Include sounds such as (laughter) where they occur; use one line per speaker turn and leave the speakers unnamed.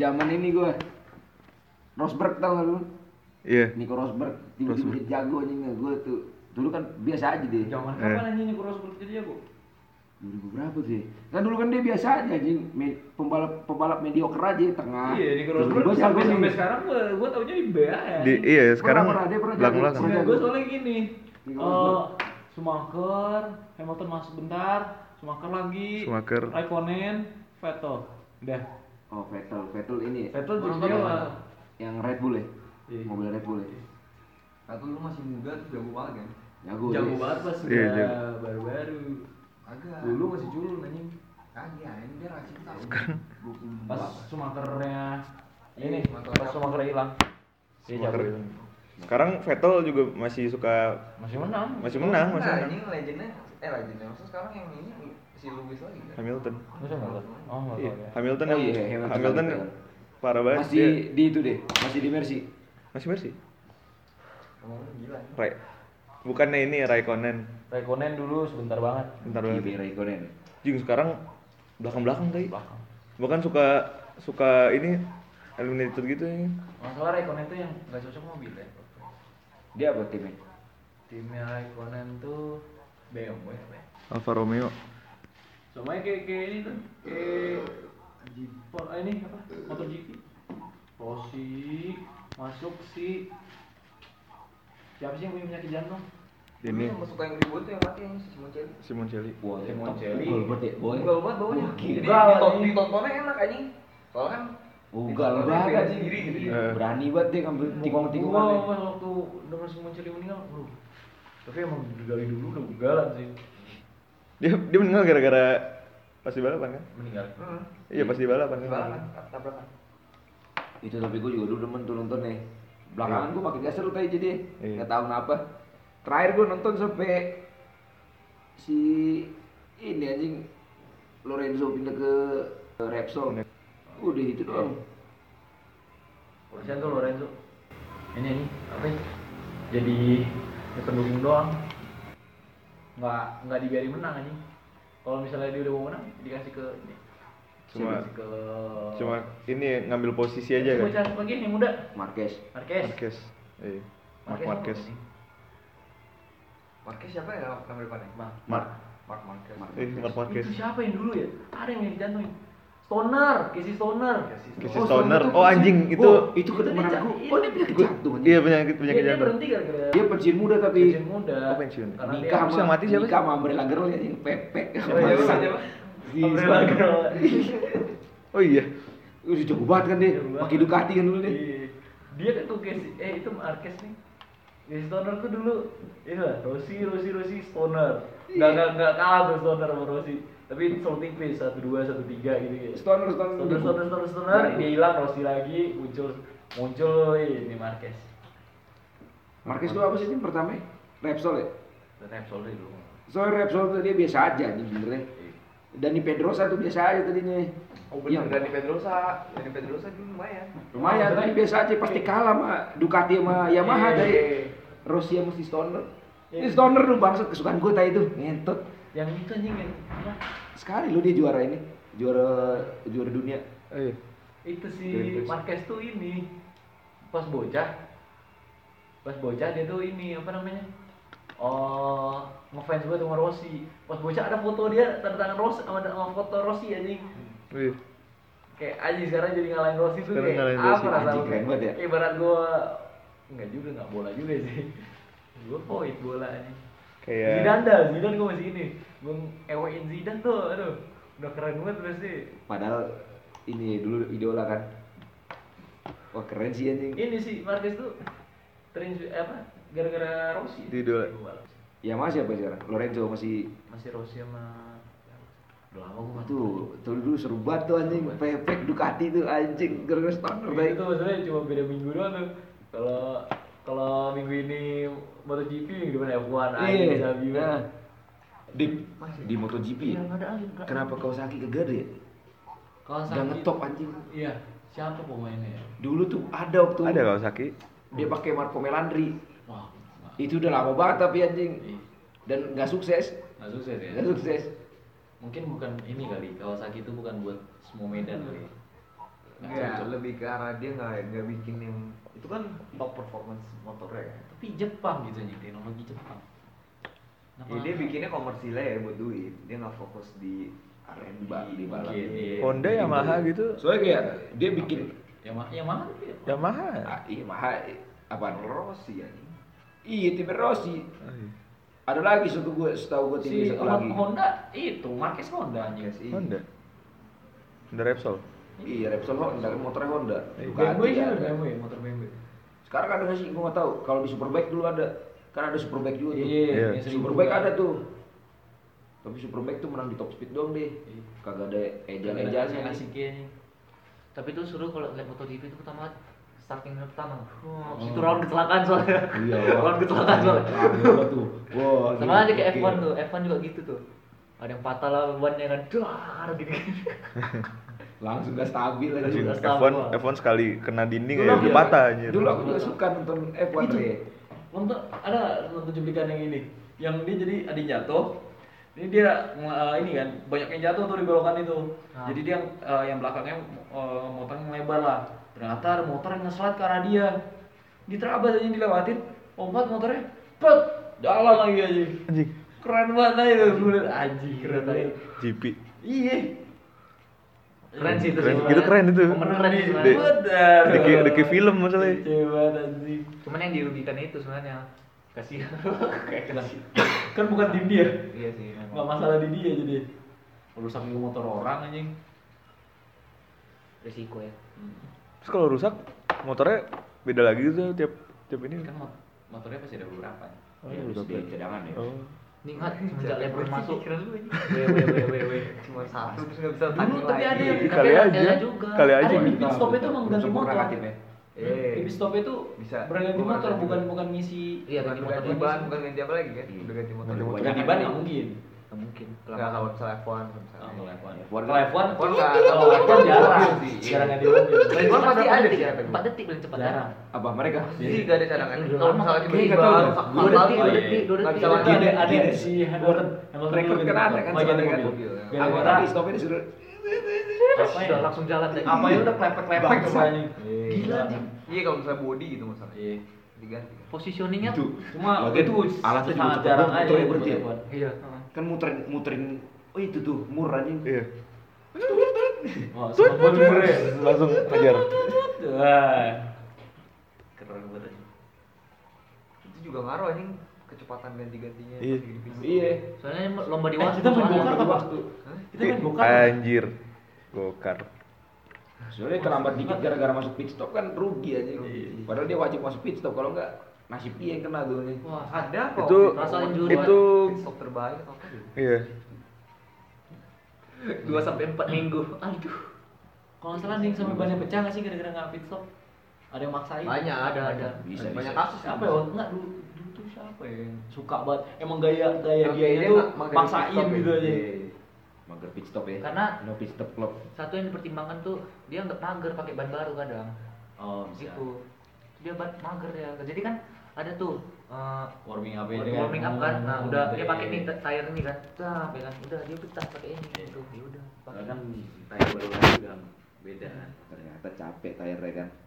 zaman ini gue Rosberg tau gak lu
Iya.
Nico Rosberg tiba-tiba jadi jago anjing gue tuh dulu kan biasa aja deh
Zaman
Eh.
kapan anjing ini kurus kurus jadi ya, aku?
2000 berapa sih? Kan dulu kan dia biasa aja anjing, me- pembalap pembalap mediocre aja
Ah.
tengah.
Iya, di kurus
Gue
kurus
jago
sampai
nih.
sampai sekarang gue gue taunya di BA ya.
Di, iya sekarang
pernah, dia pernah
belakang belakang.
jago.
gue soalnya gini.
Di
Eh,
kurus kurus.
Schumacher, Hamilton masuk bentar, Schumacher lagi,
Schumacher.
Raikkonen, Vettel. Udah.
Oh, Vettel, Vettel ini.
Vettel
Gua
juga
nonton
dewa.
Vettel.
Yang Red Bull ya?
Iya.
Mobil Red Bull ya.
Kata lu masih muda tuh jago banget kan?
Jago.
Jago
dia.
banget pas
Iya,
udah
jago.
baru-baru.
Agak.
Dulu masih culun anjing.
Kagak, ini dia racing tahu. Gua pun
Pas
bawa.
Schumachernya ini,
Iya, Schumacher.
pas Schumacher hilang. Dia
Schumacher.
jago. hilang.
Sekarang Vettel juga masih suka
Masih menang.
masih menang masih
Nah,
menang.
ini legendnya, eh legendnya maksudnya sekarang yang ini si Lewis lagi kan?
Hamilton.
Masa nggak tahu? Oh, nggak
Iya.
tahu ya.
Hamilton
Oh,
yang
iya, Hamilton,
Hamilton
Hamilton.
parah banget.
Masih
Iya.
dia.
di itu deh, masih di Mercy.
masih bersih.
Kemarin gila.
Rai. Bukannya ini ya, Raikkonen.
Raikkonen dulu sebentar banget.
Bentar
Kimi
banget.
Raikkonen.
Jing sekarang belakang-belakang tadi.
Belakang.
Bahkan suka suka ini eliminated gitu ya.
Masalah Raikkonen tuh yang
Gak cocok mobil ya?
Dia apa timnya?
timnya Raikkonen tuh
BMW apa ya?
Alfa Romeo.
Semuanya kayak kayak ini tuh kayak Jeep eh, ini apa motor GP Rossi masuk si siapa sih yang punya penyakit jantung
Ini
Yang suka yang ribut tuh yang mati yang si Simoncelli
Simoncelli.
Wah,
Kimi
top-
Moncelli.
Ugal banget ya, boy.
Ugal banget bawahnya Jadi
Ugal,
diton-
anjing.
ditontonnya enak anjing Soalnya kan
Oh,
Ugal
ditontonnya
banget
kayak
anjing.
gini, gini.
Eh.
gitu ya. Berani banget dia ngambil tikung-tikungan.
Gua
ya.
pas waktu denger si Moncelli meninggal bro tapi emang dari dulu udah ugalan sih
Dia dia meninggal gara-gara pas di balapan kan?
meninggal
Hmm.
Iya pas di balapan kan.
eh, Balapan, tabrakan
Itu tapi gue juga dulu demen tuh nonton nih. Belakangan gue makin gak seru tadi jadi
Iya.
nggak tahu kenapa. Terakhir gue nonton sampai si ini anjing Lorenzo pindah ke ke Repsol. Udah itu doang.
Urusan tuh Lorenzo ini ini apa ya? jadi ya pendukung doang nggak nggak dibiarin menang anjing kalau misalnya dia udah mau menang dikasih ke ini
Cuma-
dikasih ke
Cuma ini ngambil posisi aja
Coba
kan.
cari lagi yang muda
Marquez.
Marquez
Marquez. Eh, Mark
apa
Marquez.
ini?
Marquez siapa ya nama depannya?
Mark
Mark.
Mark Marquez
Mark.
Eh, Mark Marquez.
itu siapa yang dulu ya ada yang yang jantung Stoner Casey Stoner
Casey
Casey
Oh,
Stoner.
Stoner.
Oh anjing itu.
Oh, itu
Itu dia
ketemuan
ca-
gue.
iya.
Oh dia penyakit
Gua-
jantung anjing.
Iya penyakit penyakit
dia, dia
jantung.
berhenti gara-gara
Dia pensiun muda tapi
pensiun muda
Oh, pensiun.
karena
nikah
dia
Terus
sama
yang mati siapa
Nikah
sih?
sama Umbrella Girl ya, yang pepek.
Siapa, siapa,
Bangsat.
siapa?
Si
Umbrella Girl.
Oh iya.
Udah jago banget kan dia.
Jago banget.
Pakai Ducati kan dulu dia.
Iya. dia kan tuh Casey eh itu Marquez nih Casey Stoner tuh dulu ini lah Rossi Rossi Rossi Stoner
Iya.
nggak nggak nggak kalah tuh Stoner sama Rossi tapi selalu tipis satu dua satu tiga gitu gitu
Stoner, Stoner.
Stoner Stoner Stoner Stoner dia hilang Rossi lagi muncul muncul ini Marquez
Marquez tuh apa sih tim pertama? Repsol ya?
Dan Repsol dulu
Soalnya Repsol tuh dia biasa aja nih benernya. Dani Pedrosa tuh biasa aja tadinya.
Oh
Yang-
bener, Dani Pedrosa Dani Pedrosa dulu lumayan
Lumayan, tapi biasa aja. Pasti kalah sama Ducati sama Yamaha
Iya.
dari Rossi sama si Stoner.
Iya.
Ini Stoner tuh bangsa kesukaan gue tadi tuh, ngentot.
yang itu anjing yang apa?
Sekali lo dia juara ini, juara juara dunia.
Oh iya.
itu si
Greenpeace.
Marquez tuh ini pas bocah pas bocah dia tuh ini apa namanya oh ngefans banget sama Rossi pas bocah ada foto dia tanda tangan Rossi sama, sama foto Rossi anjing
Hmm.
Oh iya.
kayak anjing sekarang jadi ngalahin Rossi tuh
Sekarang
kayak
ngalahin Rossi.
apa rasanya
Anjing, keren banget ya.
ibarat gua nggak juga nggak bola juga sih (laughs) gua poin bola anjing
Iya.
Kayak-
Zidane dah Zidane gua masih ini gua ewein Zidane tuh aduh udah keren banget pasti
Padahal ini dulu idola kan. Wah keren sih anjing.
ini sih Marquez tuh terinflu apa gara-gara Rossi ya?
Di dua.
Yamaha Ya, siapa sekarang? Lorenzo masih
masih Rossi sama udah lama gue nggak tahu
Tuh, tuh dulu seru banget tuh anjing, pepek Ducati tuh anjing, gara-gara stoner
Iya, itu
baik.
tuh maksudnya cuma beda minggu doang tuh kalau kalau minggu ini MotoGP minggu depan F1 aja bisa
nah.
gimana
Di, di MotoGP ya?
Iya, nggak ada angin nggak-
Kenapa Kawasaki kagak ada ya?
kalau
Udah ngetop anjing.
iya siapa pemainnya ya
Dulu tuh ada waktu
Ada Kawasaki.
dia pakai Marco Melandri.
wah
Itu udah lama banget tapi anjing.
Iya.
Dan nggak sukses,
nggak sukses ya
nggak sukses.
mungkin bukan ini kali Kawasaki itu bukan buat semua medan kali
Enggak, lebih ke arah dia nggak nggak bikin yang itu kan top performance motornya kan.
tapi Jepang gitu anjing teknologi Jepang
Ya,
Nah.
dia bikinnya komersilnya ya buat duit. Dia nggak fokus di R&D
Ba- di balap.
Iya,
Honda Yamaha gitu
soalnya kayak dia bikin
Yamaha Yamaha tuh dia.
Yamaha
ah, iya mahal apa
Rossi ya ini.
iya tipe Rossi
Eh,
ada lagi satu gue setahu gue tipe
si
satu
Hon-
lagi
Honda itu Marquez Honda anjing
Yes, iya.
Honda Honda Repsol
iya Repsol Honda kan motornya Honda
Eh,
Ducati
BMW Iya, sih
Iya,
ada.
BMW motor BMW
Iya, sekarang ada nggak sih gue nggak tahu kalau di Superbike dulu ada kan ada Superbike juga tuh
Iya.
iya yang sering
Superbike
berubah.
ada tuh tapi Superbike tuh menang di top speed doang deh
Iya.
kagak ada
Iya,
ejal-ejalnya nih.
asiknya nih tapi tuh suruh kalau lihat MotoGP itu pertama starting lap pertama oh.
Oh.
itu round kecelakaan soalnya (laughs)
Hmm. Iya, Iya.
round kecelakaan soalnya
Gila tuh. Wah,
sama
gila,
aja kayak
gokil.
F1 tuh F1 juga gitu tuh ada yang patah lah bannya kan dar gitu
Langsung gak stabil aja.
Langsung nggak stabil.
F1 F1 sekali kena dinding ya
aku
udah
juga-
patah anjir
Dulu aku juga suka nonton ya. F1
Itu.
deh.
nonton ada nonton cuplikan yang ini yang dia jadi ada yang jatuh ini dia eh, ini kan banyak yang jatuh tuh di belokan itu
Ah.
jadi dia eh, yang belakangnya eh, motornya melebar lah ternyata ada motor yang ngeselat ke arah dia diterabas aja dilewatin lompat motornya pet jalan lagi aja
anjing
keren banget aja tuh gue liat anjing keren aja
GP
iya
keren sih itu
Keren,
sebenarnya.
itu keren itu.
Momen keren sih
Dek.
sebenarnya
Bener.
Ada kayak- ada kayak film masalahnya.
Kece banget, anjing.
cuman yang dirugikan itu sebenarnya kasihan kayak kasihan
(laughs) kan bukan tim dia
iya sih memang.
nggak masalah di dia jadi urusan juga motor orang anjing
risiko ya
terus kalau rusak motornya beda lagi tuh tiap tiap ini
kan mot- motornya pasti ada beberapa ya. nih.
Oh,
Iya,
iya,
terus
udah
di cadangan ya.
oh
Ningat semenjak Lebron masuk.
Pikiran lu ini.
Weh weh weh weh weh.
Cuma satu terus nggak bisa
Dulu
tanding
tapi
lagi.
ada
Iya,
tapi
kali
E
ada
aja.
juga.
Kali aja.
ada di
Belum
pit stop itu emang ganti motor
Aktifnya.
Eh.
di pit stop itu
Bisa.
berganti
Bukan
motor
ganti
bukan
ban.
bukan ngisi
Iya
Bukan
ganti motor
ganti
lagi
ban,
sih.
bukan ganti apa lagi kan?
Iya.
Udah ganti motor.
Ganti motor.
ganti
ya?
ban nggak mungkin
Nggak mungkin.
Nggak kalau misalnya F1
Oh,
misalnya.
kalau F1
F1.
kalau F1
F1
kalau
nggak-
F1 jarang
Iya sih.
jarang ada yang
Paling cepat
Ban pasti
berapa
ada
detik?
sih, ada.
Empat detik paling cepat.
jarang
Apa mereka?
Jadi nggak ada cadangan.
Iya.
Kalau masalah
Iya,
tiba-tiba
nggak tahu.
rusak
Dua
total,
detik, dua
iya.
detik, dua
Nggak
detik.
bisa lagi
ada
deh.
ada
Iya.
si
Rekor kan ada kan soalnya kan.
ya.
Aku
gara
tapi stopnya disuruh.
Apa
Iya.
ya? Langsung jalan lagi.
apa ya udah klepek-klepek
Bangsa.
kepalanya
Gila, anjing.
Iya kalau misalnya body gitu masalahnya.
Iya.
Diganti.
Positioningnya
Itu.
cuma
Lagi
itu
alatnya juga
sangat
cepet
jarang
banget
aja
motornya berarti ya?
buat F1.
Iya.
Kan muterin muterin Oh itu tuh mur anjing.
iya
Wah, sempat bener ya.
langsung ngejar
Wah.
Keren banget. anjing.
Itu juga ngaruh anjing kecepatan ganti-gantinya.
Iya.
pas lagi di pit stop.
Iya.
Soalnya lomba di
Eh,
waktu.
kita main
soalnya.
gokar apa?
Hah?
Kita main gokar.
anjir gokar
Soalnya terlambat dikit gara-gara masuk pit stop kan rugi aja.
Iya.
Padahal dia wajib masuk pit stop kalau enggak nasib dia yang kena tuh nih.
Wah,
Ada kok.
itu
Rasa injury.
itu
Pit stop terbaik atau apa gitu. Iya.
iya
dua sampai empat minggu. Aduh.
Kalau nggak salah nih sampai bannya pecah nggak sih gara-gara nggak pit stop? Ada yang maksain.
Banyak, ada, ada.
Bisa,
Banyak
bisa.
kasus. gitu.
Siapa ya? Enggak dulu dulu tuh siapa ya? yang Suka banget. Emang gaya gaya
Emang
dia
gaya dia
itu
nggak- makanya pit
maksain
stop ya.
gitu aja.
Iya. Mager pit stop ya.
Karena-
no pit stop club.
Satu yang dipertimbangkan tuh dia nggak mager pakai ban baru kadang.
Oh, bisa.
Gitu. Dia ban mager ya. Jadi kan ada tuh eh,
Warming up aja.
warming up kan nah udah dia pakai nih
Iya.
tire nih kan dah ya kan udah dia pecah pakai ini gitu ya udah pakai
Soalnya kan tayar baru lagi kan beda.
Ternyata capek tayarnya kan.